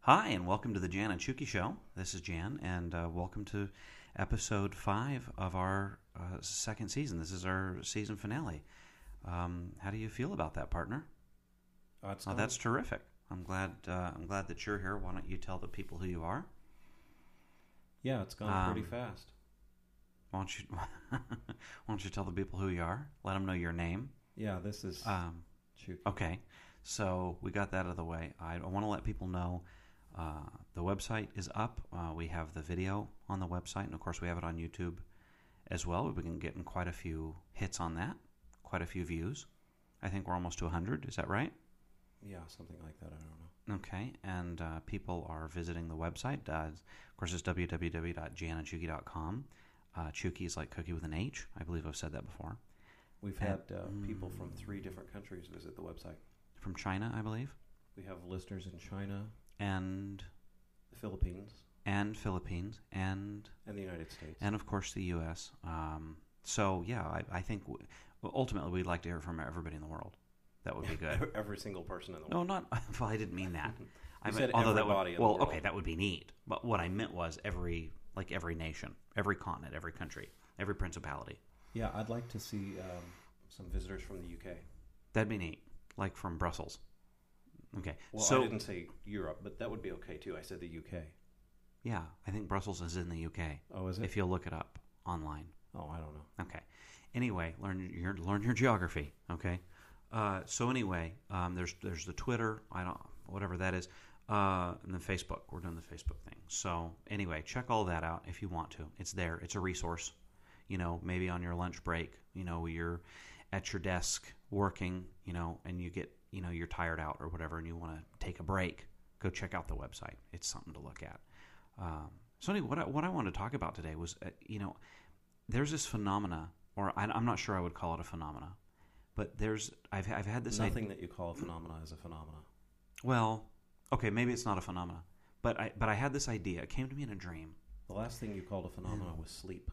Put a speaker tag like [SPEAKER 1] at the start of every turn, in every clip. [SPEAKER 1] Hi, and welcome to the Jan and Chuki Show. This is Jan, and uh, welcome to episode five of our uh, second season. This is our season finale. Um, how do you feel about that, partner?
[SPEAKER 2] Oh, it's
[SPEAKER 1] Oh,
[SPEAKER 2] not-
[SPEAKER 1] that's terrific. I'm glad. Uh, I'm glad that you're here. Why don't you tell the people who you are?
[SPEAKER 2] yeah, it's gone pretty
[SPEAKER 1] um,
[SPEAKER 2] fast.
[SPEAKER 1] Why don't you? Why don't you tell the people who you are? Let them know your name.
[SPEAKER 2] Yeah, this is
[SPEAKER 1] Um,
[SPEAKER 2] shoot.
[SPEAKER 1] Okay, so we got that out of the way. I want to let people know uh, the website is up. Uh, we have the video on the website, and of course, we have it on YouTube as well. We've been getting quite a few hits on that, quite a few views. I think we're almost to 100. Is that right?
[SPEAKER 2] yeah, something like that. I don't know.
[SPEAKER 1] Okay, and uh, people are visiting the website. Uh, of course, it's www.janandchuki.com. Uh, Chuki is like cookie with an H. I believe I've said that before.
[SPEAKER 2] We've had uh, people from
[SPEAKER 1] mm.
[SPEAKER 2] three different countries visit the website.
[SPEAKER 1] From China, I believe,
[SPEAKER 2] We have listeners in China,
[SPEAKER 1] and
[SPEAKER 2] the Philippines,
[SPEAKER 1] and Philippines, and
[SPEAKER 2] and the United States.
[SPEAKER 1] and of course the U.S. Um, so yeah, I, I think w- ultimately we'd like to hear from everybody in the world. That would be good. Oh,
[SPEAKER 2] Every- Every single person in the world.
[SPEAKER 1] no, not well. I didn't mean that. I
[SPEAKER 2] You said
[SPEAKER 1] that would,
[SPEAKER 2] everybody in the
[SPEAKER 1] well,
[SPEAKER 2] world.
[SPEAKER 1] okay, that would be neat. But what I meant was every like every nation, every continent, every country, every principality.
[SPEAKER 2] Yeah, I'd like to see um, some visitors from the UK.
[SPEAKER 1] That'd be neat. Like from Brussels. Okay,
[SPEAKER 2] Well, I
[SPEAKER 1] so
[SPEAKER 2] didn't say Europe, but that would be okay too. I said the UK.
[SPEAKER 1] yeah, I think Brussels is in the UK.
[SPEAKER 2] Oh, is it?
[SPEAKER 1] If you'll look it up online.
[SPEAKER 2] oh, I don't know.
[SPEAKER 1] Okay. Anyway, learn your learn your geography. Okay. Uh, so anyway, um, there's there's the Twitter. I don't whatever that is, uh, and then Facebook. We're doing the Facebook thing. So anyway, check all that out if you want to. It's there. It's a resource. You know, maybe on your lunch break. You know, you're at your desk working. You know, and you get you know you're tired out or whatever, and you want to take a break. Go check out the website. It's something to look at. Um, so anyway, what I, what I wanted to talk about today was uh, you know there's this phenomena, or I, I'm not sure I would call it a phenomena, but there's I've I've had this idea.
[SPEAKER 2] Nothing that you call a phenomena is a phenomena.
[SPEAKER 1] Well, okay, maybe it's not a phenomena, but I but I had this idea. It came to me in a dream.
[SPEAKER 2] The last thing you called a phenomena was sleep.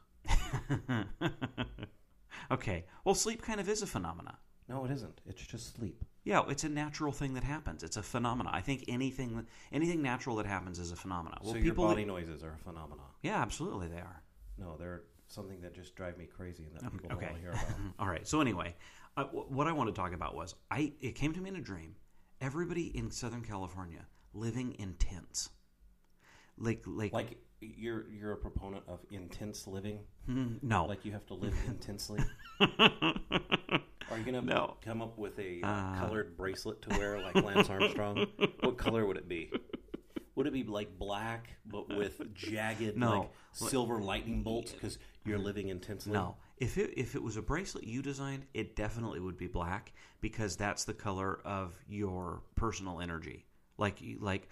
[SPEAKER 1] okay, well, sleep kind of is a phenomena.
[SPEAKER 2] No, it isn't. It's just sleep.
[SPEAKER 1] Yeah, it's a natural thing that happens. It's a phenomena. I think anything anything natural that happens is a phenomena. Well,
[SPEAKER 2] so your
[SPEAKER 1] people,
[SPEAKER 2] body noises are a phenomena.
[SPEAKER 1] yeah, absolutely, they are.
[SPEAKER 2] No, they're something that just drive me crazy and that people
[SPEAKER 1] okay.
[SPEAKER 2] don't want to hear about.
[SPEAKER 1] All right. So anyway, uh, w- what I want to talk about was I. It came to me in a dream. Everybody in Southern California living in tents, like like,
[SPEAKER 2] like you're you're a proponent of intense living.
[SPEAKER 1] Mm, no.
[SPEAKER 2] Like you have to live intensely. Are you gonna
[SPEAKER 1] No.
[SPEAKER 2] come up with a uh, colored bracelet to wear like Lance Armstrong? what color would it be? Would it be like black but with jagged
[SPEAKER 1] No.
[SPEAKER 2] like silver lightning bolts because you're living intensely?
[SPEAKER 1] no. If it, if it was a bracelet you designed, it definitely would be black because that's the color of your personal energy. Like you- like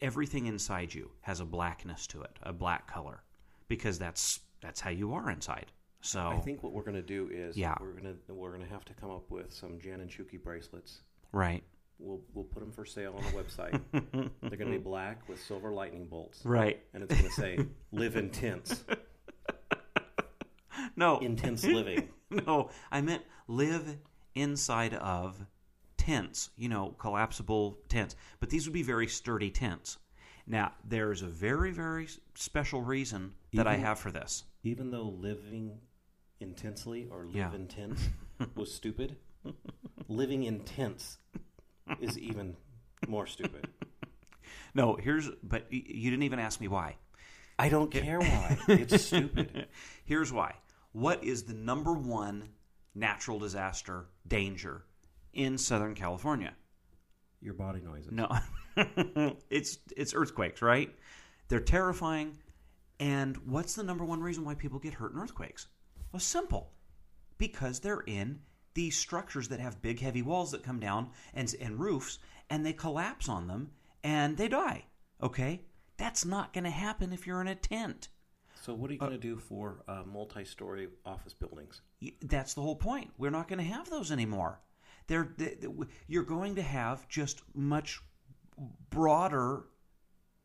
[SPEAKER 1] everything inside you has a blackness to it, a black color, because that's that's how you are inside. So
[SPEAKER 2] I think what we're gonna do is
[SPEAKER 1] Yeah.
[SPEAKER 2] we're gonna we're gonna have to come up with some Jan and Shuki bracelets.
[SPEAKER 1] right,
[SPEAKER 2] We'll we'll put them for sale on the website. They're gonna be black with silver lightning bolts.
[SPEAKER 1] right.
[SPEAKER 2] and it's going to say live intense
[SPEAKER 1] No,
[SPEAKER 2] intense living
[SPEAKER 1] No, I meant live inside of tents, you know, collapsible tents. But these would be very sturdy tents. Now, there's a very, very s- special reason that I
[SPEAKER 2] Even-
[SPEAKER 1] have for this.
[SPEAKER 2] even though living intensely or live
[SPEAKER 1] Yeah.
[SPEAKER 2] intense was stupid living intense is even more stupid
[SPEAKER 1] No, here's, but y- you didn't even ask me why.
[SPEAKER 2] i don't care why it's stupid
[SPEAKER 1] Here's why. What is the number one natural disaster danger in Southern California?
[SPEAKER 2] your body noises
[SPEAKER 1] No, it's it's earthquakes, right? They're terrifying. And what's the number one reason why people get hurt in earthquakes? Well, simple, because they're in these structures that have big, heavy walls that come down and and roofs, and they collapse on them and they die. Okay, that's not going to happen if you're in a tent.
[SPEAKER 2] so what are you going to do for uh, multi-story office buildings
[SPEAKER 1] Y- That's the whole point. We're not going to have those anymore. They're, they, they- w- you're going to have just much broader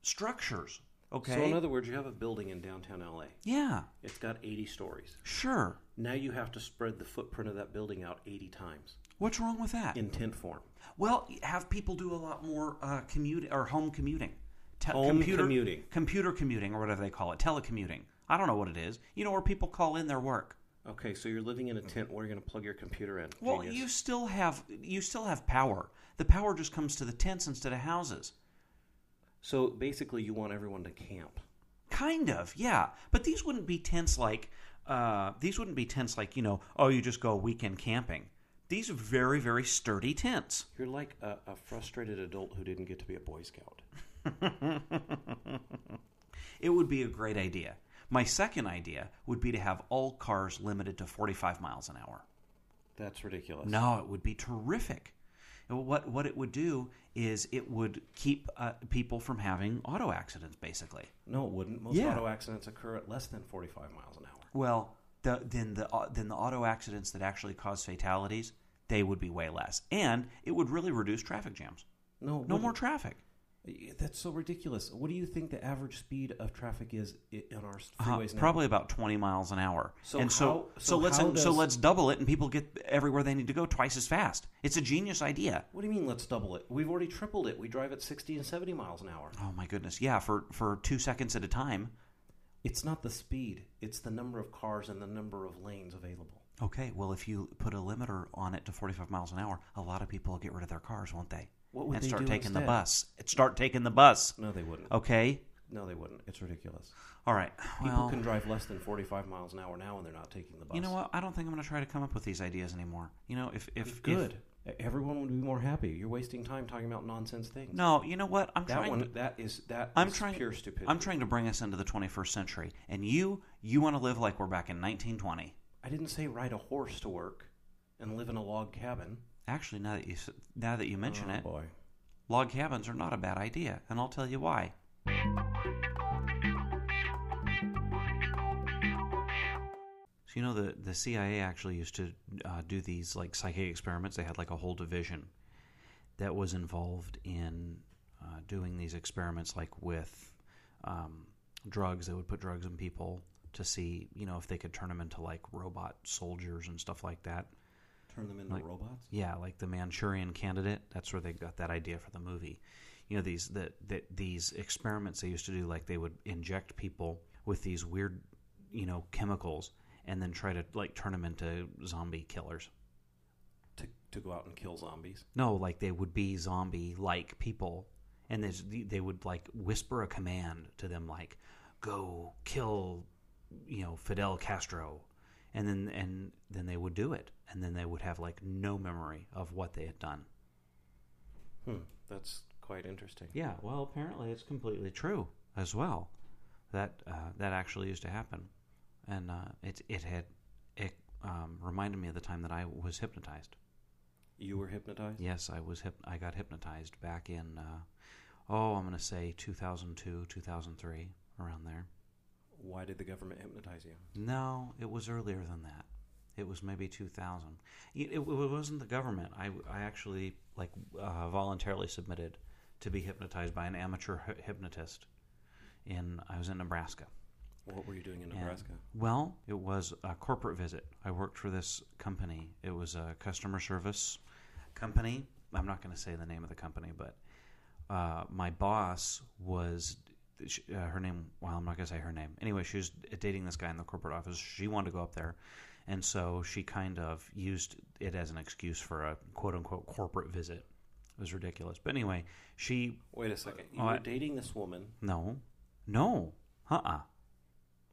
[SPEAKER 1] structures. Okay.
[SPEAKER 2] so in other words you have a building in downtown la
[SPEAKER 1] yeah.
[SPEAKER 2] it's got 80 stories
[SPEAKER 1] Sure.
[SPEAKER 2] now you have to spread the footprint of that building out 80 times
[SPEAKER 1] What's wrong with that?
[SPEAKER 2] in tent form
[SPEAKER 1] well, have people do a lot more uh, commute or home commuting te-
[SPEAKER 2] Home
[SPEAKER 1] computer
[SPEAKER 2] commuting.
[SPEAKER 1] computer commuting, or whatever they call it, telecommuting. I don't know what it is. You know where people call in their work.
[SPEAKER 2] Okay, so you're living in a tent. Where are you going to plug your computer in?
[SPEAKER 1] Well,
[SPEAKER 2] Genius.
[SPEAKER 1] you still have you still have power. The power just comes to the tents instead of houses.
[SPEAKER 2] So basically, you want everyone to camp.
[SPEAKER 1] Kind of, yeah. But these wouldn't be tents like uh, these wouldn't be tents like you know oh you just go weekend camping. These are very very sturdy tents.
[SPEAKER 2] You're like a, a frustrated adult who didn't get to be a Boy Scout.
[SPEAKER 1] It would be a great idea. My second idea would be to have all cars limited to 45 miles an hour.
[SPEAKER 2] That's ridiculous.
[SPEAKER 1] No, it would be terrific. And What what it would do is it would keep uh, people from having auto accidents, basically.
[SPEAKER 2] No, it wouldn't. Most
[SPEAKER 1] Yeah.
[SPEAKER 2] auto accidents occur at less than 45 miles an hour.
[SPEAKER 1] Well, the, then the au- then the auto accidents that actually cause fatalities they would be way less, and it would really reduce traffic jams.
[SPEAKER 2] No, it
[SPEAKER 1] No more
[SPEAKER 2] wouldn't.
[SPEAKER 1] traffic.
[SPEAKER 2] That's so ridiculous. What do you think the average speed of traffic is i- in our
[SPEAKER 1] Uh,
[SPEAKER 2] freeways now?
[SPEAKER 1] probably about 20 miles an hour.
[SPEAKER 2] So
[SPEAKER 1] and so,
[SPEAKER 2] how-
[SPEAKER 1] so
[SPEAKER 2] so
[SPEAKER 1] let's
[SPEAKER 2] how
[SPEAKER 1] so
[SPEAKER 2] does-
[SPEAKER 1] let's double it, and people get everywhere they need to go twice as fast. It's a genius idea.
[SPEAKER 2] What do you mean? Let's double it. We've already tripled it. We drive at 60 and 70 miles an hour.
[SPEAKER 1] Oh my goodness, yeah, for for two seconds at a time.
[SPEAKER 2] It's not the speed. It's the number of cars and the number of lanes available.
[SPEAKER 1] Okay, well, if you put a limiter on it to 45 miles an hour, a lot of people will get rid of their cars, won't they?
[SPEAKER 2] What would
[SPEAKER 1] and
[SPEAKER 2] they
[SPEAKER 1] start
[SPEAKER 2] do
[SPEAKER 1] taking the
[SPEAKER 2] instead?
[SPEAKER 1] bus. Oh. Start taking the bus.
[SPEAKER 2] No, they wouldn't.
[SPEAKER 1] Okay.
[SPEAKER 2] No, they wouldn't. It's ridiculous.
[SPEAKER 1] All right.
[SPEAKER 2] People
[SPEAKER 1] Well,
[SPEAKER 2] can drive less than 45 miles an hour now, and they're not taking the bus.
[SPEAKER 1] you know what? I don't think I'm going to try to come up with these ideas anymore. You know, if if if-
[SPEAKER 2] Good. Everyone would be more happy. You're wasting time talking about nonsense things.
[SPEAKER 1] no, you know what? I'm
[SPEAKER 2] that
[SPEAKER 1] trying.
[SPEAKER 2] one.
[SPEAKER 1] to,
[SPEAKER 2] that is that.
[SPEAKER 1] I'm
[SPEAKER 2] is
[SPEAKER 1] trying.
[SPEAKER 2] pure stupidity.
[SPEAKER 1] I'm trying to bring us into the 21st century, and you you want to live like we're back in 1920.
[SPEAKER 2] I didn't say ride a horse to work and live in a log cabin.
[SPEAKER 1] Actually, now that you s- now that you mention
[SPEAKER 2] oh,
[SPEAKER 1] it,
[SPEAKER 2] boy.
[SPEAKER 1] log cabins are not a bad idea, and I'll tell you why. So you know the the CIA actually used to uh, do these like psychic experiments. They had like a whole division that was involved in uh, doing these experiments, like with um, drugs. They would put drugs in people to see, you know, if they could turn them into like robot soldiers and stuff like that.
[SPEAKER 2] Turn them into robots.
[SPEAKER 1] Yeah, like the Manchurian Candidate. That's where they got that idea for the movie. You know these that that these experiments they used to do, like they would inject people with these weird, you know, chemicals, and then try to like turn them into zombie killers.
[SPEAKER 2] to, to go out and kill zombies.
[SPEAKER 1] No, like they would be zombie like people, and there's- they would like whisper a command to them, like "Go kill," you know, Fidel Castro, and then and then they would do it, and then they would have like no memory of what they had done.
[SPEAKER 2] Hmm. That's quite interesting.
[SPEAKER 1] Yeah, well, apparently it's completely true as well. That uh, that actually used to happen, and uh, it it had it um, reminded me of the time that I was hypnotized.
[SPEAKER 2] You were hypnotized?
[SPEAKER 1] Yes, I was hyp- I got hypnotized back in uh, oh I'm gonna say 2002 2003 around there.
[SPEAKER 2] Why did the government hypnotize you?
[SPEAKER 1] No, it was earlier than that. It was maybe 2000. It, it wasn't the government. I, I actually like uh, voluntarily submitted to be hypnotized by an amateur hy- hypnotist. In I was in Nebraska.
[SPEAKER 2] What were you doing in
[SPEAKER 1] And-
[SPEAKER 2] Nebraska?
[SPEAKER 1] well, it was a corporate visit. I worked for this company. It was a customer service company. I'm not going to say the name of the company, but uh, my boss was sh uh, her name. Well, I'm not going to say her name. Anyway, she was dating this guy in the corporate office. She wanted to go up there, and so she kind of used it as an excuse for a quote unquote corporate visit. It was ridiculous, but anyway, she
[SPEAKER 2] Wait a second. You
[SPEAKER 1] Oh,
[SPEAKER 2] were
[SPEAKER 1] I-
[SPEAKER 2] dating this woman.
[SPEAKER 1] no, no, uh, uh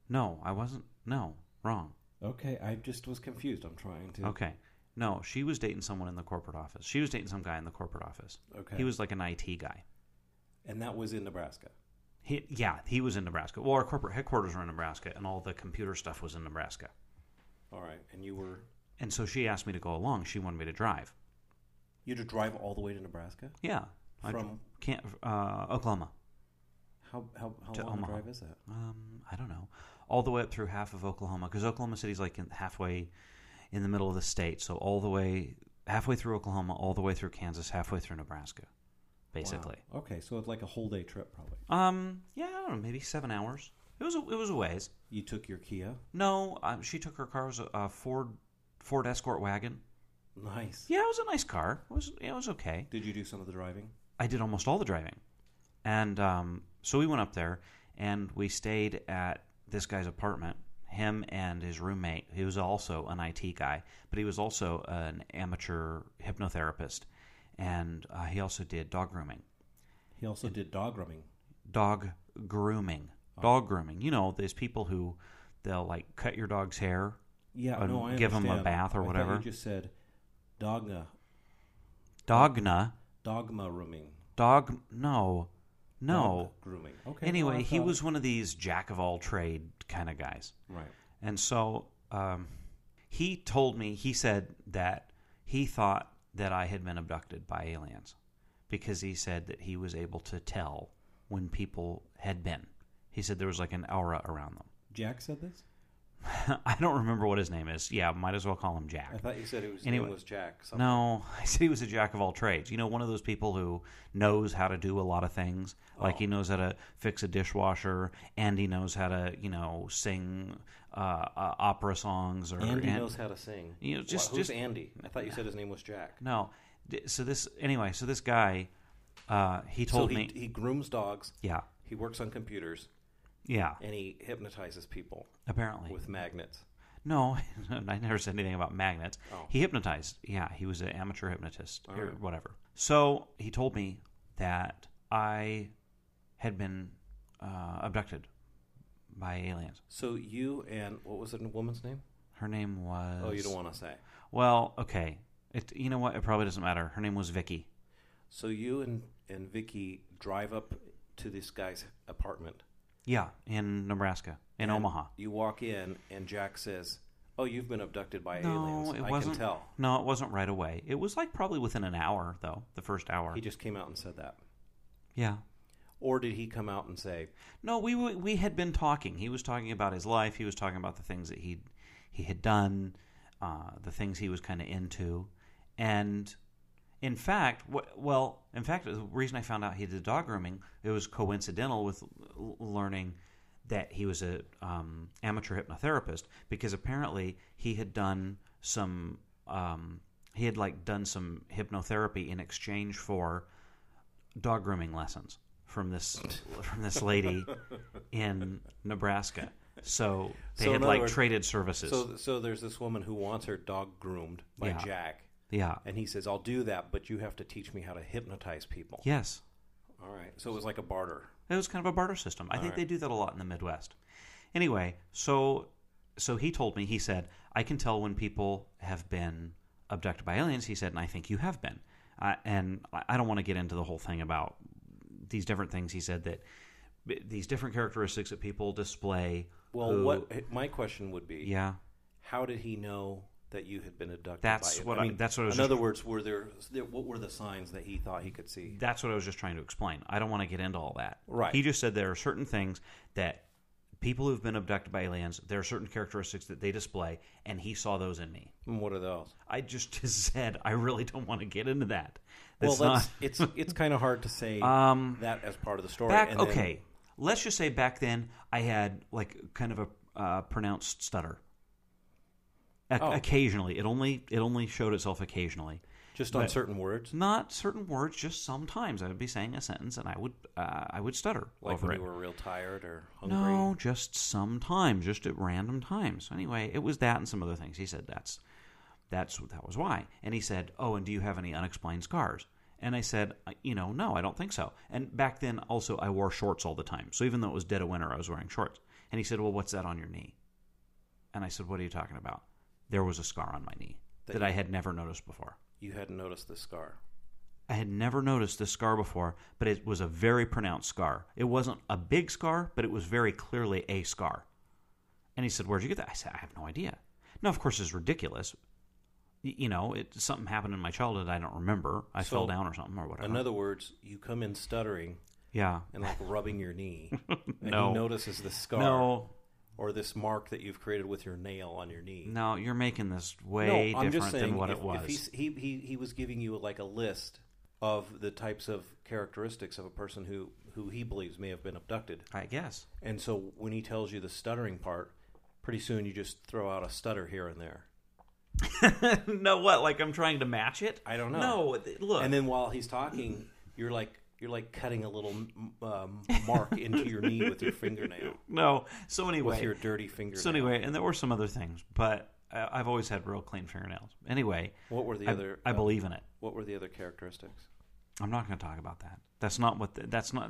[SPEAKER 1] no, I wasn't. No, wrong.
[SPEAKER 2] Okay, I just was confused. I'm trying to.
[SPEAKER 1] Okay. No, she was dating someone in the corporate office. She was dating some guy in the corporate office.
[SPEAKER 2] Okay.
[SPEAKER 1] He was like an IT guy.
[SPEAKER 2] and that was in Nebraska.
[SPEAKER 1] He, yeah, he was in Nebraska. Well, our corporate headquarters were in Nebraska, and all the computer stuff was in Nebraska.
[SPEAKER 2] All right. And you were.
[SPEAKER 1] And so she asked me to go along. She wanted me to drive.
[SPEAKER 2] You had to drive all the way to Nebraska?
[SPEAKER 1] Yeah. I-
[SPEAKER 2] From-
[SPEAKER 1] can't, uh, Oklahoma.
[SPEAKER 2] How, how, how
[SPEAKER 1] To
[SPEAKER 2] long a
[SPEAKER 1] Omaha.
[SPEAKER 2] drive is that?
[SPEAKER 1] Um, I don't know. All the way up through half of Oklahoma, because Oklahoma City's like in, halfway in the middle of the state. So all the way, halfway through Oklahoma, all the way through Kansas, halfway through Nebraska, basically.
[SPEAKER 2] Wow. Okay, so it's like a whole day trip, probably.
[SPEAKER 1] Um, yeah, I don't know, maybe seven hours. It was a, it was a ways.
[SPEAKER 2] You took your Kia.
[SPEAKER 1] No, um, she took her car it was a, a Ford Ford Escort wagon.
[SPEAKER 2] Nice.
[SPEAKER 1] Yeah, it was a nice car. It was it was okay.
[SPEAKER 2] Did you do some of the driving?
[SPEAKER 1] I did almost all the driving, and um, so we went up there and we stayed at this guy's apartment. Him and his roommate, he was also an IT guy, but he was also an amateur hypnotherapist, and uh, he also did dog grooming.
[SPEAKER 2] He also did dog grooming.
[SPEAKER 1] Dog grooming,
[SPEAKER 2] Oh.
[SPEAKER 1] dog grooming. You know, there's people who they'll like cut your dog's hair,
[SPEAKER 2] Yeah,
[SPEAKER 1] Uh,
[SPEAKER 2] no, I
[SPEAKER 1] give him a
[SPEAKER 2] understand.
[SPEAKER 1] bath or
[SPEAKER 2] I thought
[SPEAKER 1] whatever.
[SPEAKER 2] You just said dogma,
[SPEAKER 1] dogna,
[SPEAKER 2] dogma grooming.
[SPEAKER 1] dog. No, no.
[SPEAKER 2] Dog grooming. Okay. well,
[SPEAKER 1] Anyway,
[SPEAKER 2] I
[SPEAKER 1] he
[SPEAKER 2] thought-
[SPEAKER 1] was one of these jack of all trade kind of guys.
[SPEAKER 2] right.
[SPEAKER 1] And so um, he told me, he said that he thought that I had been abducted by aliens because he said that he was able to tell when people had been. He said there was like an aura around them.
[SPEAKER 2] Jack said this.
[SPEAKER 1] I don't remember what his name is. Yeah, might as well call him
[SPEAKER 2] I
[SPEAKER 1] Jack.
[SPEAKER 2] thought you said it was
[SPEAKER 1] Anyway.
[SPEAKER 2] name was Jack. Something.
[SPEAKER 1] No, I said he was a jack of all trades. You know, one of those people who knows how to do a lot of things. Like
[SPEAKER 2] Oh.
[SPEAKER 1] he knows how to fix a dishwasher, and he knows how to, you know, sing uh, uh, opera songs. Or
[SPEAKER 2] Andy
[SPEAKER 1] and-
[SPEAKER 2] knows how to sing.
[SPEAKER 1] You know,
[SPEAKER 2] Wha-
[SPEAKER 1] just-
[SPEAKER 2] who's
[SPEAKER 1] just-
[SPEAKER 2] Andy? I thought you said his name was Jack.
[SPEAKER 1] No. D- So this anyway. So this guy, uh, he
[SPEAKER 2] So
[SPEAKER 1] told
[SPEAKER 2] he,
[SPEAKER 1] me,
[SPEAKER 2] he grooms dogs.
[SPEAKER 1] yeah,
[SPEAKER 2] He works on computers
[SPEAKER 1] yeah,
[SPEAKER 2] and he hypnotizes people
[SPEAKER 1] apparently.
[SPEAKER 2] with magnets.
[SPEAKER 1] no, I never said anything about magnets.
[SPEAKER 2] Oh.
[SPEAKER 1] He hypnotized. Yeah, he was an amateur hypnotist or
[SPEAKER 2] right.
[SPEAKER 1] whatever. So he told me that I had been uh, abducted by aliens.
[SPEAKER 2] So you and what was the woman's name?
[SPEAKER 1] Her name was.
[SPEAKER 2] Oh, you don't want to say.
[SPEAKER 1] Well, okay. It, you know what? It probably doesn't matter. Her name was Vicky.
[SPEAKER 2] So you and and Vicky drive up to this guy's apartment
[SPEAKER 1] Yeah, in Nebraska, in
[SPEAKER 2] And
[SPEAKER 1] Omaha.
[SPEAKER 2] You walk in, and Jack says, "Oh, you've been abducted by aliens."
[SPEAKER 1] it
[SPEAKER 2] I
[SPEAKER 1] wasn't.
[SPEAKER 2] can tell.
[SPEAKER 1] No, it wasn't right away. It was like probably within an hour, though. The first hour.
[SPEAKER 2] He just came out and said that,
[SPEAKER 1] yeah.
[SPEAKER 2] or did he come out and say,
[SPEAKER 1] No, we were- we had been talking. He was talking about his life. He was talking about the things that he he had done, uh, the things he was kind of into, and in fact, wh- well, in fact, the reason I found out he did dog grooming it was coincidental with l- learning that he was a um, amateur hypnotherapist because apparently he had done some um, he had like done some hypnotherapy in exchange for dog grooming lessons from this from this lady in Nebraska. So they
[SPEAKER 2] So in
[SPEAKER 1] had
[SPEAKER 2] other
[SPEAKER 1] like
[SPEAKER 2] words-
[SPEAKER 1] traded services.
[SPEAKER 2] "So, so there's this woman who wants her dog groomed by
[SPEAKER 1] Yeah.
[SPEAKER 2] Jack,"
[SPEAKER 1] yeah.
[SPEAKER 2] and he says, "I'll do that, but you have to teach me how to hypnotize people."
[SPEAKER 1] Yes.
[SPEAKER 2] All right. So it was like a barter.
[SPEAKER 1] It was kind of a barter system. I think they do that a lot in the Midwest. Anyway, so so he told me he said I can tell when people have been abducted by aliens. He said, and I think you have been. Uh, and I- I don't want to get into the whole thing about these different things. He said that b- these different characteristics that people display.
[SPEAKER 2] Well,
[SPEAKER 1] who-
[SPEAKER 2] what my question would be:
[SPEAKER 1] Yeah.
[SPEAKER 2] How did he know that you had been abducted?
[SPEAKER 1] That's
[SPEAKER 2] by it?
[SPEAKER 1] what I- that's what I was
[SPEAKER 2] In
[SPEAKER 1] just-
[SPEAKER 2] other words, were there what were the signs that he thought he could see?
[SPEAKER 1] That's what I was just trying to explain. I don't want to get into all that.
[SPEAKER 2] Right.
[SPEAKER 1] He just said there are certain things that people who've been abducted by aliens, there are certain characteristics that they display, and he saw those in me.
[SPEAKER 2] And what are those?
[SPEAKER 1] I just said I really don't want to get into that.
[SPEAKER 2] Well,
[SPEAKER 1] That's
[SPEAKER 2] that's,
[SPEAKER 1] not
[SPEAKER 2] it's it's kind of hard to say
[SPEAKER 1] um
[SPEAKER 2] that as part of the story.
[SPEAKER 1] back.
[SPEAKER 2] and then-
[SPEAKER 1] okay, let's just say back then I had like kind of a uh, pronounced stutter. O-
[SPEAKER 2] Oh.
[SPEAKER 1] Occasionally, it only it only showed itself occasionally.
[SPEAKER 2] just on certain words,
[SPEAKER 1] Not certain words, just sometimes I would be saying a sentence and I would uh, I would stutter
[SPEAKER 2] like
[SPEAKER 1] over
[SPEAKER 2] when
[SPEAKER 1] it.
[SPEAKER 2] you were real tired or hungry.
[SPEAKER 1] No, just sometimes, just at random times. So anyway, it was that and some other things. He said that's that's that was why. And he said, "Oh, and do you have any unexplained scars?" And I said, "I- "You know, no, I don't think so." And back then, also, I wore shorts all the time. So even though it was dead of winter, I was wearing shorts. And he said, "Well, what's that on your knee?" And I said, "What are you talking about?" There was a scar on my knee
[SPEAKER 2] That
[SPEAKER 1] that,
[SPEAKER 2] you-
[SPEAKER 1] I had never noticed before.
[SPEAKER 2] You hadn't noticed the scar.
[SPEAKER 1] I had never noticed this scar before, but it was a very pronounced scar. It wasn't a big scar, but it was very clearly a scar. And he said, Where'd you get that? I said, I have no idea. Now, of course, it's ridiculous. Y- You know, it something happened in my childhood I don't remember. I
[SPEAKER 2] So,
[SPEAKER 1] fell down or something or whatever.
[SPEAKER 2] In other words, you come in stuttering
[SPEAKER 1] yeah.
[SPEAKER 2] and like rubbing your knee, and
[SPEAKER 1] No.
[SPEAKER 2] he notices the scar
[SPEAKER 1] No,
[SPEAKER 2] or this mark that you've created with your nail on your knee.
[SPEAKER 1] no, you're making this way
[SPEAKER 2] I'm
[SPEAKER 1] different
[SPEAKER 2] just saying
[SPEAKER 1] than what
[SPEAKER 2] if,
[SPEAKER 1] it was.
[SPEAKER 2] if he's, he, he he was giving you like a list of the types of characteristics of a person who who he believes may have been abducted.
[SPEAKER 1] I guess.
[SPEAKER 2] And so when he tells you the stuttering part, pretty soon you just throw out a stutter here and there.
[SPEAKER 1] no, what? Like I'm trying to match it?
[SPEAKER 2] I don't know.
[SPEAKER 1] No, th- look.
[SPEAKER 2] And then while he's talking, you're like You're like cutting a little um, mark into your knee with your fingernail.
[SPEAKER 1] No. So anyway,
[SPEAKER 2] With your dirty fingernail.
[SPEAKER 1] so anyway, and there were some other things, but I, I've always had real clean fingernails. Anyway,
[SPEAKER 2] what were the
[SPEAKER 1] I,
[SPEAKER 2] other?
[SPEAKER 1] I
[SPEAKER 2] uh,
[SPEAKER 1] believe in it.
[SPEAKER 2] What were the other characteristics?
[SPEAKER 1] I'm not going to talk about that. That's not what. The, that's not.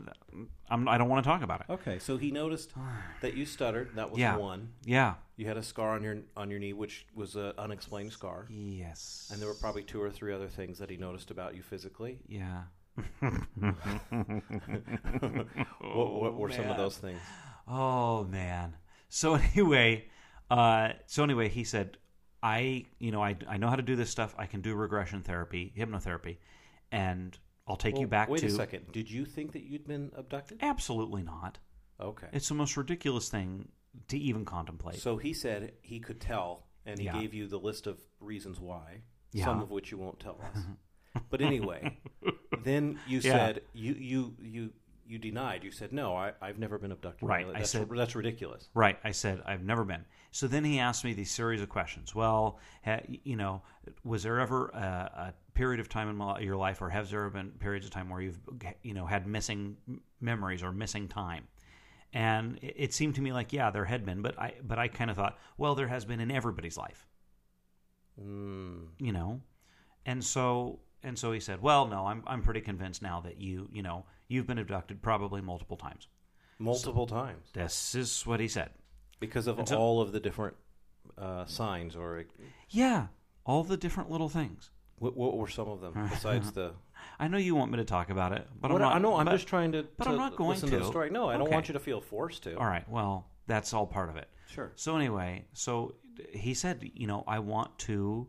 [SPEAKER 1] I'm. I don't want to talk about it.
[SPEAKER 2] Okay, so he noticed that you stuttered. That was
[SPEAKER 1] Yeah.
[SPEAKER 2] one.
[SPEAKER 1] Yeah.
[SPEAKER 2] You had a scar on your on your knee, which was an unexplained scar.
[SPEAKER 1] Yes.
[SPEAKER 2] And there were probably two or three other things that he noticed about you physically.
[SPEAKER 1] Yeah.
[SPEAKER 2] what, what were some of those things?
[SPEAKER 1] Oh man. So anyway, uh, so anyway, he said, I, you know, I, I know how to do this stuff. I can do regression therapy, hypnotherapy, and I'll take you
[SPEAKER 2] Well,
[SPEAKER 1] back
[SPEAKER 2] Wait
[SPEAKER 1] to.
[SPEAKER 2] a second. Did you think that you'd been abducted?
[SPEAKER 1] Absolutely not.
[SPEAKER 2] Okay.
[SPEAKER 1] It's the most ridiculous thing to even contemplate.
[SPEAKER 2] So he said he could tell, and he
[SPEAKER 1] Yeah.
[SPEAKER 2] gave you the list of reasons why,
[SPEAKER 1] Yeah.
[SPEAKER 2] some of which you won't tell us. but anyway, then you
[SPEAKER 1] Yeah.
[SPEAKER 2] said you you you you denied. You said no, I, I've never been abducted.
[SPEAKER 1] Right, I
[SPEAKER 2] That's,
[SPEAKER 1] said-
[SPEAKER 2] that's ridiculous.
[SPEAKER 1] Right. I said, I've never been. So then he asked me these series of questions. Well, ha, you know, was there ever a, a period of time in my, your life, or has there been periods of time where you've, you know, had missing m- memories or missing time? And it, it seemed to me like, yeah, there had been, but I, but I kind of thought, well, there has been in everybody's life,
[SPEAKER 2] Mm,
[SPEAKER 1] you know, and so, and so he said, well, no, I'm, I'm pretty convinced now that you, you know, you've been abducted probably multiple times.
[SPEAKER 2] multiple times
[SPEAKER 1] This is what he said.
[SPEAKER 2] because of
[SPEAKER 1] And so-
[SPEAKER 2] all of the different uh, signs, or
[SPEAKER 1] Yeah, all the different little things.
[SPEAKER 2] what, what were some of them besides the?
[SPEAKER 1] I know you want me to talk about it, but
[SPEAKER 2] What-
[SPEAKER 1] I'm not.
[SPEAKER 2] I know. I'm
[SPEAKER 1] but-
[SPEAKER 2] just trying to.
[SPEAKER 1] but
[SPEAKER 2] to
[SPEAKER 1] I'm not going
[SPEAKER 2] listen to. the
[SPEAKER 1] to.
[SPEAKER 2] story. No, I don't
[SPEAKER 1] Okay.
[SPEAKER 2] want you to feel forced to.
[SPEAKER 1] All right. Well, that's all part of it.
[SPEAKER 2] Sure.
[SPEAKER 1] So anyway, so he said, you know, I want to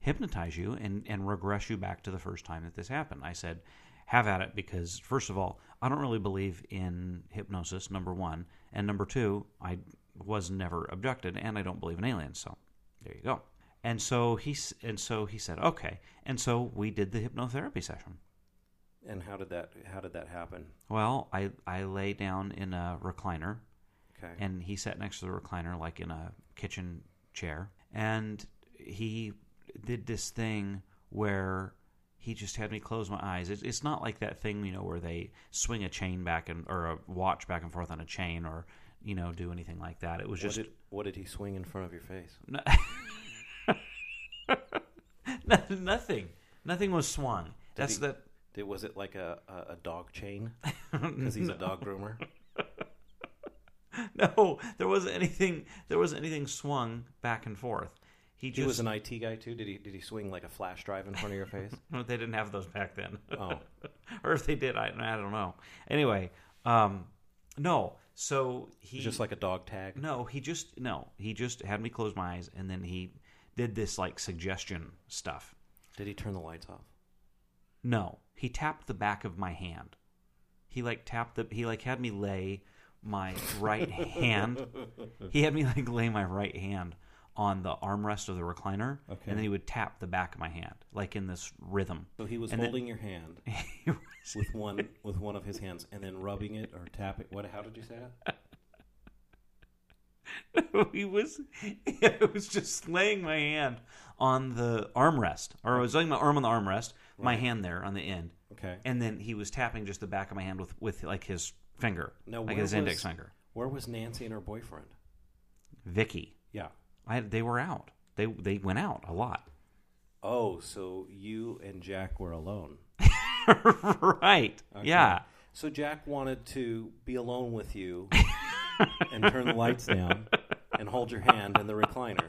[SPEAKER 1] hypnotize you and and regress you back to the first time that this happened. I said, have at it because first of all, I don't really believe in hypnosis. Number one, and number two, I was never abducted, and I don't believe in aliens. So there you go. And so he s- and so he said, okay. And so we did the hypnotherapy session.
[SPEAKER 2] And how did that? How did that happen?
[SPEAKER 1] Well, I I lay down in a recliner
[SPEAKER 2] Okay.
[SPEAKER 1] and he sat next to the recliner like in a kitchen chair and he did this thing where he just had me close my eyes it's, it's not like that thing you know where they swing a chain back and or a watch back and forth on a chain or you know do anything like that it was just
[SPEAKER 2] what did, what did he swing in front of your face?
[SPEAKER 1] no- nothing nothing was swung that's
[SPEAKER 2] he-
[SPEAKER 1] that
[SPEAKER 2] Did, was it like a, a, a dog chain? Because he's a dog groomer.
[SPEAKER 1] no there wasn't anything there wasn't anything swung back and forth he
[SPEAKER 2] He
[SPEAKER 1] just
[SPEAKER 2] was an IT guy too. Did he did he swing like a flash drive in front of your face?
[SPEAKER 1] No, they didn't have those back then.
[SPEAKER 2] Oh.
[SPEAKER 1] or if they did, I, I don't know. Anyway, um, no. So he
[SPEAKER 2] Just like a dog tag.
[SPEAKER 1] no, he just no, he just had me close my eyes, and then he did this like suggestion stuff.
[SPEAKER 2] Did he turn the lights off?
[SPEAKER 1] No, he tapped the back of my hand. He like tapped the. He like had me lay my right hand. He had me like lay my right hand on the armrest of the recliner,
[SPEAKER 2] Okay.
[SPEAKER 1] and then he would tap the back of my hand, like in this rhythm.
[SPEAKER 2] So he was
[SPEAKER 1] And then-
[SPEAKER 2] holding your hand with one with one of his hands and then rubbing it or tapping. What? How did you say that?
[SPEAKER 1] he was I was just laying my hand on the armrest or I was laying my arm on the armrest my hand there on the end
[SPEAKER 2] Okay.
[SPEAKER 1] and then he was tapping just the back of my hand with with like his finger
[SPEAKER 2] Now,
[SPEAKER 1] like
[SPEAKER 2] where
[SPEAKER 1] his index
[SPEAKER 2] was-
[SPEAKER 1] finger
[SPEAKER 2] Where was Nancy and her boyfriend?
[SPEAKER 1] Vicky
[SPEAKER 2] Yeah.
[SPEAKER 1] I they were out they they went out a lot
[SPEAKER 2] Oh, so you and Jack were alone.
[SPEAKER 1] right yeah
[SPEAKER 2] So Jack wanted to be alone with you and turn the lights down and hold your hand in the recliner.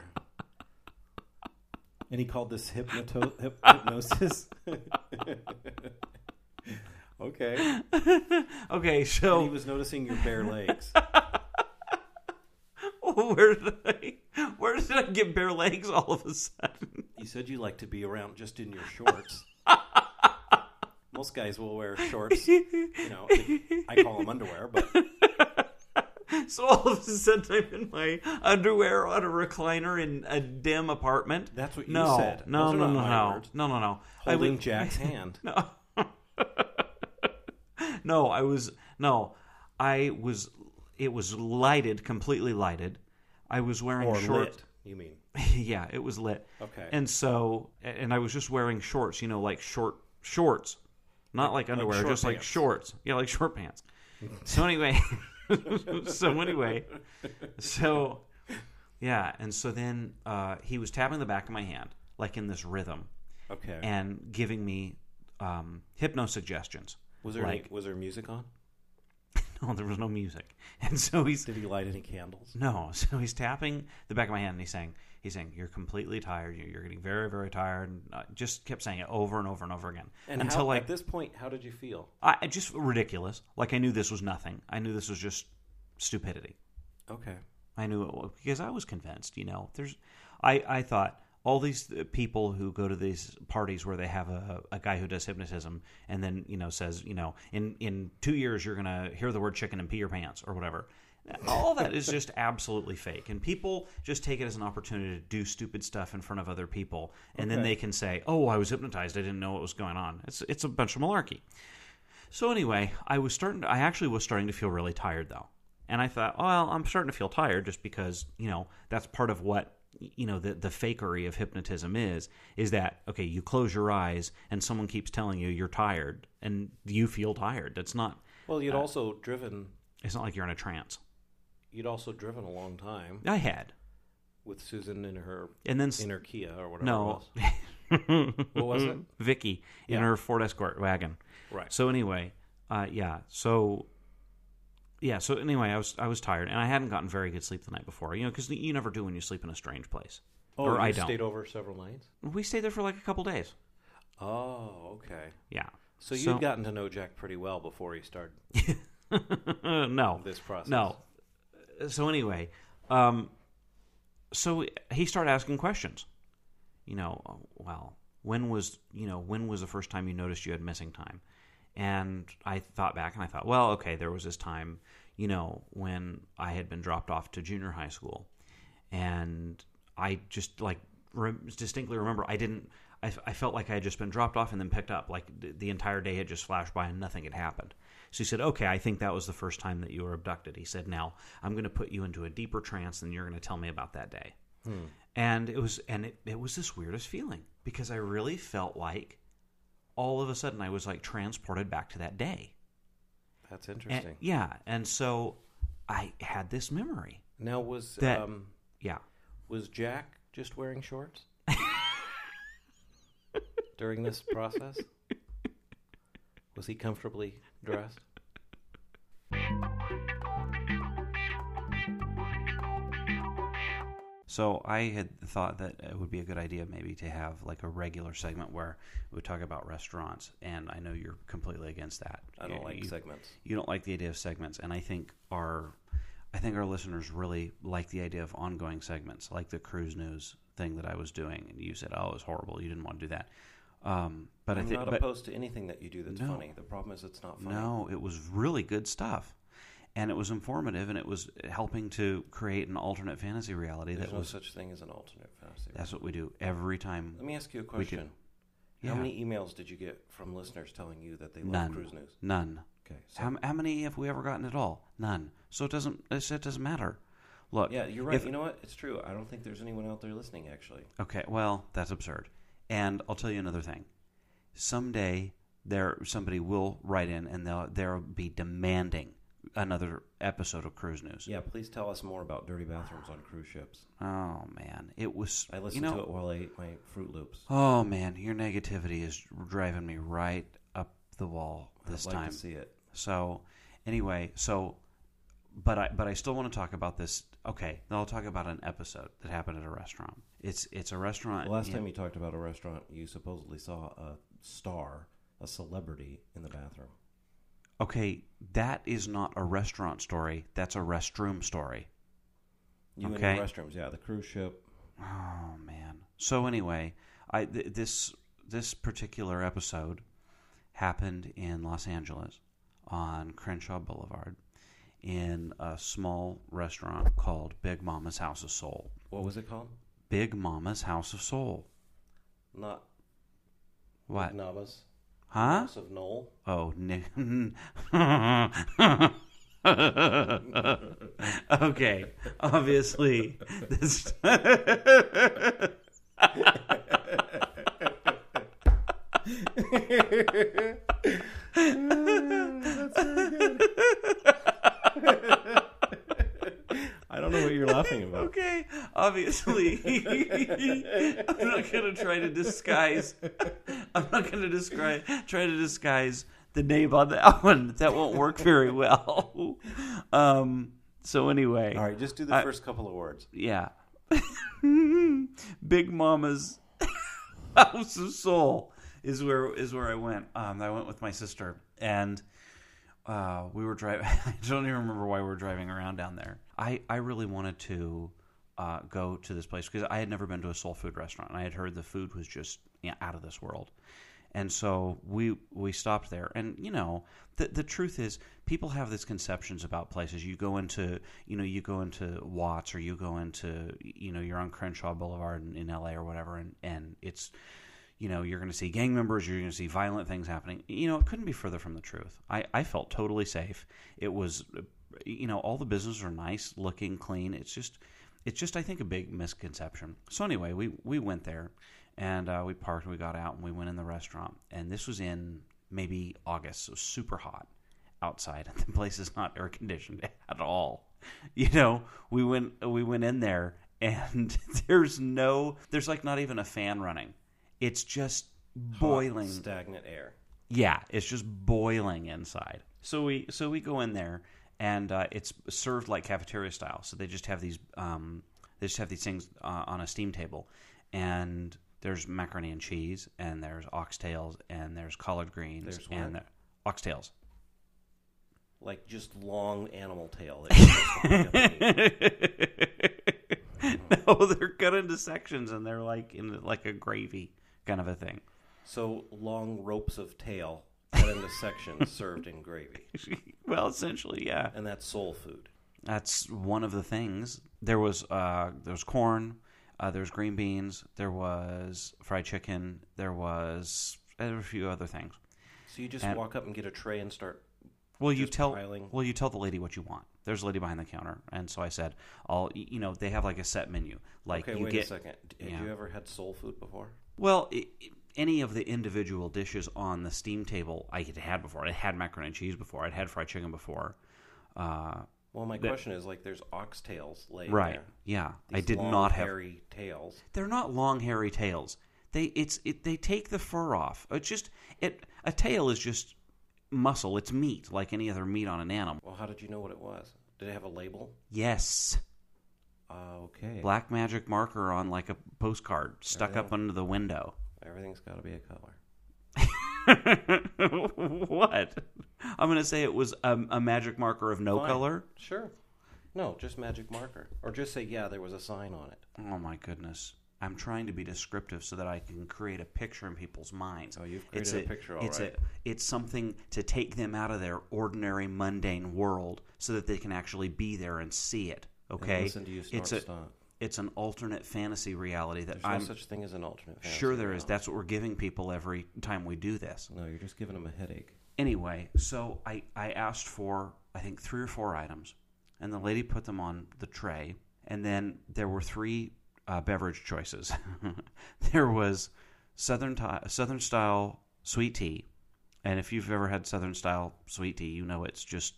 [SPEAKER 2] And he called this hypnoto- hyp- hypnosis. okay. And
[SPEAKER 1] okay
[SPEAKER 2] he
[SPEAKER 1] so
[SPEAKER 2] was noticing your bare legs.
[SPEAKER 1] where did I where did I get bare legs all of a sudden
[SPEAKER 2] You said you like to be around just in your shorts. Most guys will wear shorts. You know, I call them underwear, but
[SPEAKER 1] so all of a sudden I'm in my underwear on a recliner in a dim apartment
[SPEAKER 2] that's what you
[SPEAKER 1] no,
[SPEAKER 2] said.
[SPEAKER 1] No,
[SPEAKER 2] Those are
[SPEAKER 1] no,
[SPEAKER 2] not
[SPEAKER 1] no,
[SPEAKER 2] my
[SPEAKER 1] no,
[SPEAKER 2] words.
[SPEAKER 1] no, no, no. I
[SPEAKER 2] Holding
[SPEAKER 1] was,
[SPEAKER 2] Jack's hand.
[SPEAKER 1] no, I was no, I was. It was lighted, completely lighted. I was wearing
[SPEAKER 2] Or
[SPEAKER 1] shorts.
[SPEAKER 2] lit, you mean.
[SPEAKER 1] yeah, it was lit.
[SPEAKER 2] Okay.
[SPEAKER 1] And so, and I was just wearing shorts. You know, like short shorts. not like, underwear,
[SPEAKER 2] short
[SPEAKER 1] just like
[SPEAKER 2] pants.
[SPEAKER 1] shorts. Yeah, like short pants. so anyway, so anyway, so yeah, and so then uh, he was tapping the back of my hand, like in this rhythm,
[SPEAKER 2] Okay.
[SPEAKER 1] and giving me um, hypno suggestions.
[SPEAKER 2] was there
[SPEAKER 1] like-
[SPEAKER 2] any, was there music on?
[SPEAKER 1] No, there was no music, and so he's
[SPEAKER 2] Did he light any candles?
[SPEAKER 1] No, so he's tapping the back of my hand and he's saying, he's saying, you're completely tired. You're, you're getting very, very tired. And I just kept saying it over and over and over again
[SPEAKER 2] And
[SPEAKER 1] until
[SPEAKER 2] how,
[SPEAKER 1] like
[SPEAKER 2] at this point, how did you feel?
[SPEAKER 1] I I just ridiculous. Like I knew this was nothing. I knew this was just stupidity.
[SPEAKER 2] Okay.
[SPEAKER 1] I knew it was because I was convinced. You know, there's, I, I thought all these uh, people who go to these parties where they have a, a guy who does hypnotism and then you know says you know in in two years you're gonna hear the word chicken and pee your pants or whatever. All that is just absolutely fake, and people just take it as an opportunity to do stupid stuff in front of other people, and then
[SPEAKER 2] Okay.
[SPEAKER 1] they can say, "Oh, I was hypnotized. I didn't know what was going on." It's it's a bunch of malarkey. So anyway, I was starting. To, I actually was starting to feel really tired though, and I thought, well, I'm starting to feel tired just because you know that's part of what you know the the fakery of hypnotism is is that okay you close your eyes and someone keeps telling you you're tired and you feel tired that's not
[SPEAKER 2] Well,
[SPEAKER 1] Uh,
[SPEAKER 2] you'd also driven.
[SPEAKER 1] it's not like you're in a trance
[SPEAKER 2] You'd also driven a long time
[SPEAKER 1] i had
[SPEAKER 2] with Susan in her
[SPEAKER 1] and then s-
[SPEAKER 2] in her Kia or whatever. It
[SPEAKER 1] no
[SPEAKER 2] was. What was it?
[SPEAKER 1] vicky in
[SPEAKER 2] Yeah.
[SPEAKER 1] her ford escort wagon
[SPEAKER 2] Right.
[SPEAKER 1] So anyway, uh, yeah. So yeah. So anyway, I was I was tired, and I hadn't gotten very good sleep the night before. You know, because you never do when you sleep in a strange place.
[SPEAKER 2] Oh,
[SPEAKER 1] or
[SPEAKER 2] you
[SPEAKER 1] I don't.
[SPEAKER 2] stayed over several nights.
[SPEAKER 1] We stayed there for like a couple days.
[SPEAKER 2] Oh, okay.
[SPEAKER 1] Yeah.
[SPEAKER 2] So you'd gotten to know Jack pretty well before you started
[SPEAKER 1] no
[SPEAKER 2] this process.
[SPEAKER 1] no. So anyway, um, so he started asking questions. You know, well, when was you know when was the first time you noticed you had missing time? And I thought back and I thought, well, okay, there was this time, you know, when I had been dropped off to junior high school, and I just like re- distinctly remember I didn't. I, f- I felt like I had just been dropped off and then picked up. Like th- the entire day had just flashed by and nothing had happened. So he said, "Okay, I think that was the first time that you were abducted." He said, "Now I'm going to put you into a deeper trance, and you're going to tell me about that day." And it was and it, it was this weirdest feeling because I really felt like all of a sudden I was like transported back to that day.
[SPEAKER 2] That's
[SPEAKER 1] And-
[SPEAKER 2] interesting.
[SPEAKER 1] yeah, and so I had this memory.
[SPEAKER 2] now was
[SPEAKER 1] That-
[SPEAKER 2] um
[SPEAKER 1] Yeah.
[SPEAKER 2] was Jack just wearing shorts during this process? Was he comfortably dressed?
[SPEAKER 1] So I had thought that it would be a good idea maybe to have like a regular segment where we would talk about restaurants, and I know you're completely against that.
[SPEAKER 2] I don't
[SPEAKER 1] You-
[SPEAKER 2] like
[SPEAKER 1] you,
[SPEAKER 2] segments.
[SPEAKER 1] you don't like the idea of segments, and I think our I think our listeners really like the idea of ongoing segments, like the cruise news thing that I was doing, and you said, "Oh, it was horrible. You didn't want to do that." Um, but I
[SPEAKER 2] I'm
[SPEAKER 1] think,
[SPEAKER 2] not
[SPEAKER 1] but
[SPEAKER 2] opposed to anything that you do that's
[SPEAKER 1] No.
[SPEAKER 2] funny. The problem is it's not funny.
[SPEAKER 1] no, it was really good stuff, and it was informative, and it was helping to create an alternate fantasy reality
[SPEAKER 2] There's
[SPEAKER 1] that
[SPEAKER 2] no
[SPEAKER 1] was.
[SPEAKER 2] such thing as an alternate fantasy.
[SPEAKER 1] That's what we do every time.
[SPEAKER 2] Let me ask you a
[SPEAKER 1] We do.
[SPEAKER 2] question.
[SPEAKER 1] Yeah.
[SPEAKER 2] How many emails did you get from listeners telling you that they love
[SPEAKER 1] None.
[SPEAKER 2] cruise news?
[SPEAKER 1] None.
[SPEAKER 2] Okay. So,
[SPEAKER 1] How, how many have we ever gotten at all? None. So it doesn't. It it doesn't matter. Look.
[SPEAKER 2] yeah, you're right.
[SPEAKER 1] if-
[SPEAKER 2] you know what? It's true. I don't think there's anyone out there listening actually.
[SPEAKER 1] Okay, well, that's absurd. And I'll tell you another thing. Someday there somebody will write in and they'll they'll be demanding another episode of Cruise News.
[SPEAKER 2] Yeah, please tell us more about dirty bathrooms on cruise ships.
[SPEAKER 1] Oh man, it was
[SPEAKER 2] I
[SPEAKER 1] you
[SPEAKER 2] listened
[SPEAKER 1] know,
[SPEAKER 2] to it while I ate my Fruit Loops.
[SPEAKER 1] Oh man, your negativity is driving me right up the wall this
[SPEAKER 2] I'd like
[SPEAKER 1] time.
[SPEAKER 2] to see it.
[SPEAKER 1] So anyway, so but I but I still want to talk about this. Okay, then I'll talk about an episode that happened at a restaurant. It's it's a restaurant.
[SPEAKER 2] The last
[SPEAKER 1] in-
[SPEAKER 2] time you talked about a restaurant, you supposedly saw a star, a celebrity, in the bathroom.
[SPEAKER 1] Okay, that is not a restaurant story. That's a restroom story.
[SPEAKER 2] You went
[SPEAKER 1] Okay.
[SPEAKER 2] in the restrooms, yeah. The cruise ship.
[SPEAKER 1] Oh man. So anyway, I th- this this particular episode happened in Los Angeles on Crenshaw Boulevard in a small restaurant called Big Mama's House of Soul.
[SPEAKER 2] What was it called?
[SPEAKER 1] Big Mama's House of Soul.
[SPEAKER 2] Not
[SPEAKER 1] What?
[SPEAKER 2] Navas.
[SPEAKER 1] Huh?
[SPEAKER 2] House of Knoll.
[SPEAKER 1] Oh, n- okay. Obviously, this.
[SPEAKER 3] laughing about?
[SPEAKER 1] Okay, obviously, I'm not gonna try to disguise. I'm not gonna describe. Try to disguise the name on that one. That won't work very well. Um. So anyway,
[SPEAKER 2] All right, just do the
[SPEAKER 1] I-
[SPEAKER 2] first couple of words.
[SPEAKER 1] yeah. Big Mama's House of Soul is where is where I went. Um, I went with my sister, and uh, we were driving. I don't even remember why we were driving around down there. I I really wanted to uh, go to this place because I had never been to a soul food restaurant. And I had heard the food was just you know, out of this world. And so we we stopped there, and you know the the truth is people have these conceptions about places. You go into you know you go into Watts or you go into you know you're on Crenshaw Boulevard in, in L.A. or whatever, and and it's you know you're going to see gang members, you're going to see violent things happening. You know it couldn't be further from the truth. I I felt totally safe. It was you know all the businesses are nice looking, clean. It's just it's just I think a big misconception. So anyway, we we went there and uh, we parked and we got out and we went in the restaurant and this was in maybe August, so super hot outside and the place is not air conditioned at all. You know, we went we went in there and there's no there's like not even a fan running. It's just boiling.
[SPEAKER 2] Uh, Stagnant air.
[SPEAKER 1] Yeah, it's just boiling inside. So we so we go in there, and uh, it's served like cafeteria style. So they just have these um, they just have these things uh, on a steam table, and there's macaroni and cheese, and there's oxtails, and there's collard greens,
[SPEAKER 2] There's what?
[SPEAKER 1] and there, oxtails.
[SPEAKER 2] Like just long animal tail. that you're supposed to pick up and eat.
[SPEAKER 1] no, they're cut into sections, and they're like in like a gravy kind of a thing.
[SPEAKER 2] so long ropes of tail cut into sections served in gravy.
[SPEAKER 1] well, essentially, yeah.
[SPEAKER 2] And that's soul food.
[SPEAKER 1] That's one of the things. There was uh, there was corn, uh, there was green beans, there was fried chicken, there was there were a few other things.
[SPEAKER 2] So you just
[SPEAKER 1] And-
[SPEAKER 2] walk up and get a tray and start.
[SPEAKER 1] Well, you
[SPEAKER 2] Just
[SPEAKER 1] tell
[SPEAKER 2] piling.
[SPEAKER 1] well you tell the lady what you want. There's a lady behind the counter, and so I said, "I'll you know they have like a set menu. Like
[SPEAKER 2] Okay,
[SPEAKER 1] you
[SPEAKER 2] wait
[SPEAKER 1] get
[SPEAKER 2] a second. D- Have
[SPEAKER 1] yeah.
[SPEAKER 2] you ever had soul food before?
[SPEAKER 1] Well, i i- any of the individual dishes on the steam table I had had before. I had macaroni and cheese before. I'd had fried chicken before. Uh,
[SPEAKER 2] Well, my question is like, there's oxtails laid
[SPEAKER 1] right?
[SPEAKER 2] there.
[SPEAKER 1] Yeah, I
[SPEAKER 2] These
[SPEAKER 1] did
[SPEAKER 2] long,
[SPEAKER 1] not have
[SPEAKER 2] hairy tails.
[SPEAKER 1] they're not long hairy tails. They it's it, they take the fur off. It's just it a tail is just muscle. It's meat like any other meat on an animal.
[SPEAKER 2] Well, how did you know what it was? Did it have a label?
[SPEAKER 1] Yes,
[SPEAKER 2] Uh, okay.
[SPEAKER 1] black magic marker on like a postcard stuck up under the window.
[SPEAKER 2] Everything's got to be a color.
[SPEAKER 1] what? I'm gonna say it was um, a, a magic marker of no
[SPEAKER 2] Fine.
[SPEAKER 1] color.
[SPEAKER 2] Sure. No, just magic marker, or just say yeah, there was a sign on it.
[SPEAKER 1] Oh my goodness. I'm trying to be descriptive so that I can create a picture in people's minds.
[SPEAKER 2] Oh, you've created a picture, all
[SPEAKER 1] it's
[SPEAKER 2] right.
[SPEAKER 1] A, it's something to take them out of their ordinary, mundane world so that they can actually be there and see it. Okay.
[SPEAKER 2] listen to you snort,
[SPEAKER 1] it's a,
[SPEAKER 2] snot.
[SPEAKER 1] it's an alternate fantasy reality that
[SPEAKER 2] There's
[SPEAKER 1] I'm
[SPEAKER 2] no such thing as an alternate. Fantasy
[SPEAKER 1] sure there is.
[SPEAKER 2] now.
[SPEAKER 1] That's what we're giving people every time we do this.
[SPEAKER 2] No, you're just giving them a headache.
[SPEAKER 1] Anyway, so I, I asked for, I think, three or four items, and the lady put them on the tray. And then there were three uh, beverage choices there was Southern, ti- Southern style sweet tea. And if you've ever had Southern style sweet tea, you know it's just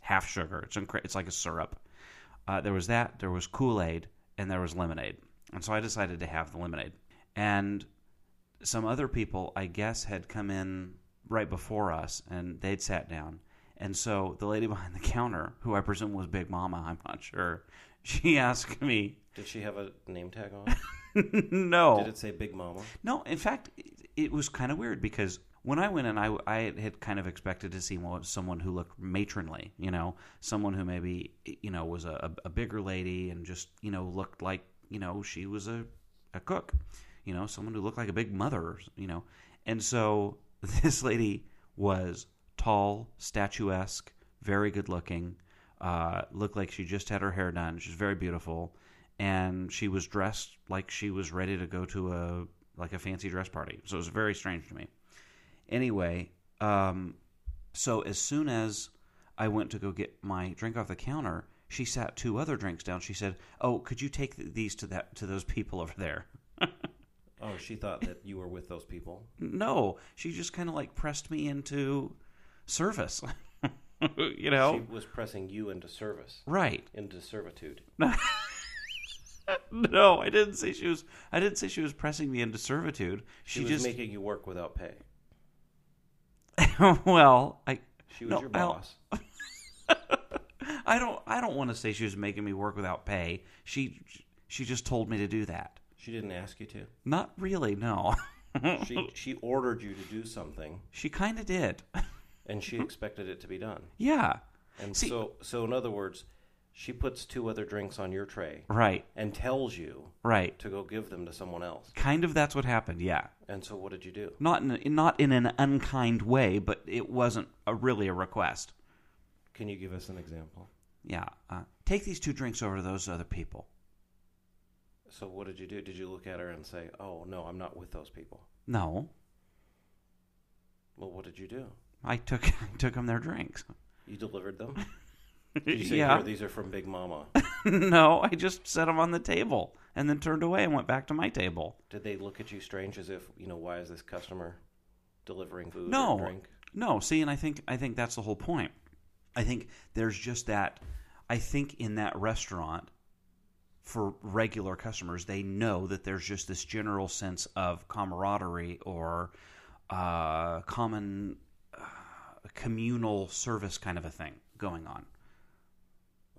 [SPEAKER 1] half sugar. It's, incre- it's like a syrup. Uh, there was that, there was Kool Aid, and there was lemonade. And so I decided to have the lemonade. And some other people, I guess, had come in right before us and they'd sat down. And so the lady behind the counter, who I presume was Big Mama, I'm not sure, she asked me,
[SPEAKER 2] Did she have a name tag on?
[SPEAKER 1] No.
[SPEAKER 2] Did it say Big Mama?
[SPEAKER 1] No, in fact, it, it was kind of weird because when I went in, I, I had kind of expected to see more, someone who looked matronly, you know, someone who maybe, you know, was a, a bigger lady and just, you know, looked like, you know, she was a, a cook, you know, someone who looked like a big mother, you know. And so this lady was tall, statuesque, very good looking, uh, looked like she just had her hair done. She's very beautiful and she was dressed like she was ready to go to a like a fancy dress party. So it was very strange to me. Anyway, um, so as soon as I went to go get my drink off the counter, she sat two other drinks down. She said, "Oh, could you take th- these to that to those people over there?"
[SPEAKER 2] Oh, she thought that you were with those people.
[SPEAKER 1] No, she just kind of like pressed me into service. you know,
[SPEAKER 2] She was pressing you into service,
[SPEAKER 1] right?
[SPEAKER 2] into servitude.
[SPEAKER 1] no, I didn't say she was. I didn't say she was pressing me into servitude.
[SPEAKER 2] She,
[SPEAKER 1] She,
[SPEAKER 2] was
[SPEAKER 1] just
[SPEAKER 2] making you work without pay.
[SPEAKER 1] well, I
[SPEAKER 2] She was
[SPEAKER 1] No,
[SPEAKER 2] your
[SPEAKER 1] I don't-
[SPEAKER 2] boss.
[SPEAKER 1] I don't I don't want to say she was making me work without pay. She she just told me to do that.
[SPEAKER 2] She didn't ask you to.
[SPEAKER 1] Not really, no.
[SPEAKER 2] She she ordered you to do something,
[SPEAKER 1] she kind of did.
[SPEAKER 2] and she expected it to be done.
[SPEAKER 1] yeah.
[SPEAKER 2] And
[SPEAKER 1] See-
[SPEAKER 2] so so in other words, she puts two other drinks on your tray
[SPEAKER 1] Right.
[SPEAKER 2] and tells you
[SPEAKER 1] Right.
[SPEAKER 2] to go give them to someone else.
[SPEAKER 1] Kind of that's what happened. Yeah.
[SPEAKER 2] And so what did you do?
[SPEAKER 1] Not in not in an unkind way, but it wasn't a, really a request.
[SPEAKER 2] Can you give us an example?
[SPEAKER 1] Yeah. Uh, take these two drinks over to those other people.
[SPEAKER 2] So what did you do? Did you look at her and say, "Oh no, I'm not with those people"?
[SPEAKER 1] No.
[SPEAKER 2] Well, what did you do?
[SPEAKER 1] I took I took them their drinks.
[SPEAKER 2] You delivered them. Did you say,
[SPEAKER 1] yeah.
[SPEAKER 2] "Here, these are from Big Mama"?
[SPEAKER 1] no, I just set them on the table and then turned away and went back to my table.
[SPEAKER 2] Did they look at you strange as if, you know, why is this customer delivering food
[SPEAKER 1] No.
[SPEAKER 2] or drink?
[SPEAKER 1] No, see, and I think I think that's the whole point. I think there's just that. I think in that restaurant, for regular customers, they know that there's just this general sense of camaraderie or uh, common uh, communal service kind of a thing going on.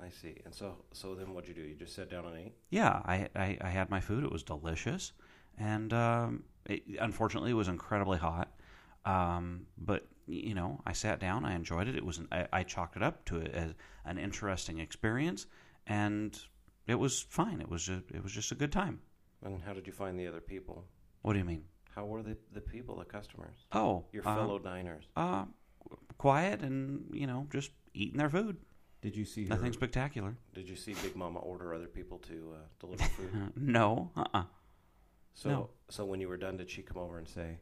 [SPEAKER 2] I see. And so so then what'd you do? You just sat down and ate?
[SPEAKER 1] Yeah, I I, I had my food. It was delicious, and um, it, unfortunately, it was incredibly hot. Um, but y- you know, I sat down. I enjoyed it. It was an, I, I chalked it up to a, as an interesting experience, and it was fine. It was a, it was just a good time.
[SPEAKER 2] And how did you find the other people?
[SPEAKER 1] What do you mean?
[SPEAKER 2] How were the, the people, the customers?
[SPEAKER 1] Oh,
[SPEAKER 2] Your
[SPEAKER 1] uh,
[SPEAKER 2] fellow diners.
[SPEAKER 1] uh, quiet and you know just eating their food.
[SPEAKER 2] Did you see
[SPEAKER 1] Nothing spectacular.
[SPEAKER 2] Did you see Big Mama order other people to uh, deliver food?
[SPEAKER 1] Uh, no, uh, uh
[SPEAKER 2] So
[SPEAKER 1] No.
[SPEAKER 2] so when you were done, did she come over and say,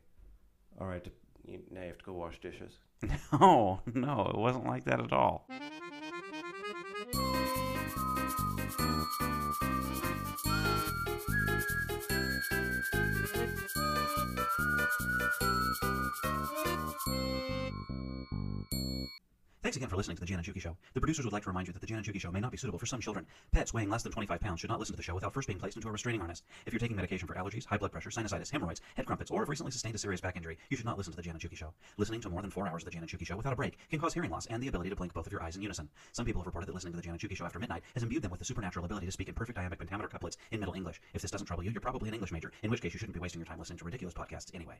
[SPEAKER 2] "All right, you, now you have to go wash dishes"?
[SPEAKER 1] no, no. It wasn't like that at all. Thanks again for listening to the Jan and Chuki Show. The producers would like to remind you that the Jan and Chuki Show may not be suitable for some children. Pets weighing less than 25 pounds should not listen to the show without first being placed into a restraining harness. If you're taking medication for allergies, high blood pressure, sinusitis, hemorrhoids, head crumpets, or have recently sustained a serious back injury, you should not listen to the Jan and Chuki Show. Listening to more than four hours of the Jan and Chuki Show without a break can cause hearing loss and the ability to blink both of your eyes in unison. Some people have reported that listening to the Jan and Chuki Show after midnight has imbued them with the supernatural ability to speak in perfect iambic pentameter couplets in Middle English. If this doesn't trouble you, you're probably an English major, in which case you shouldn't be wasting your time listening to ridiculous podcasts anyway.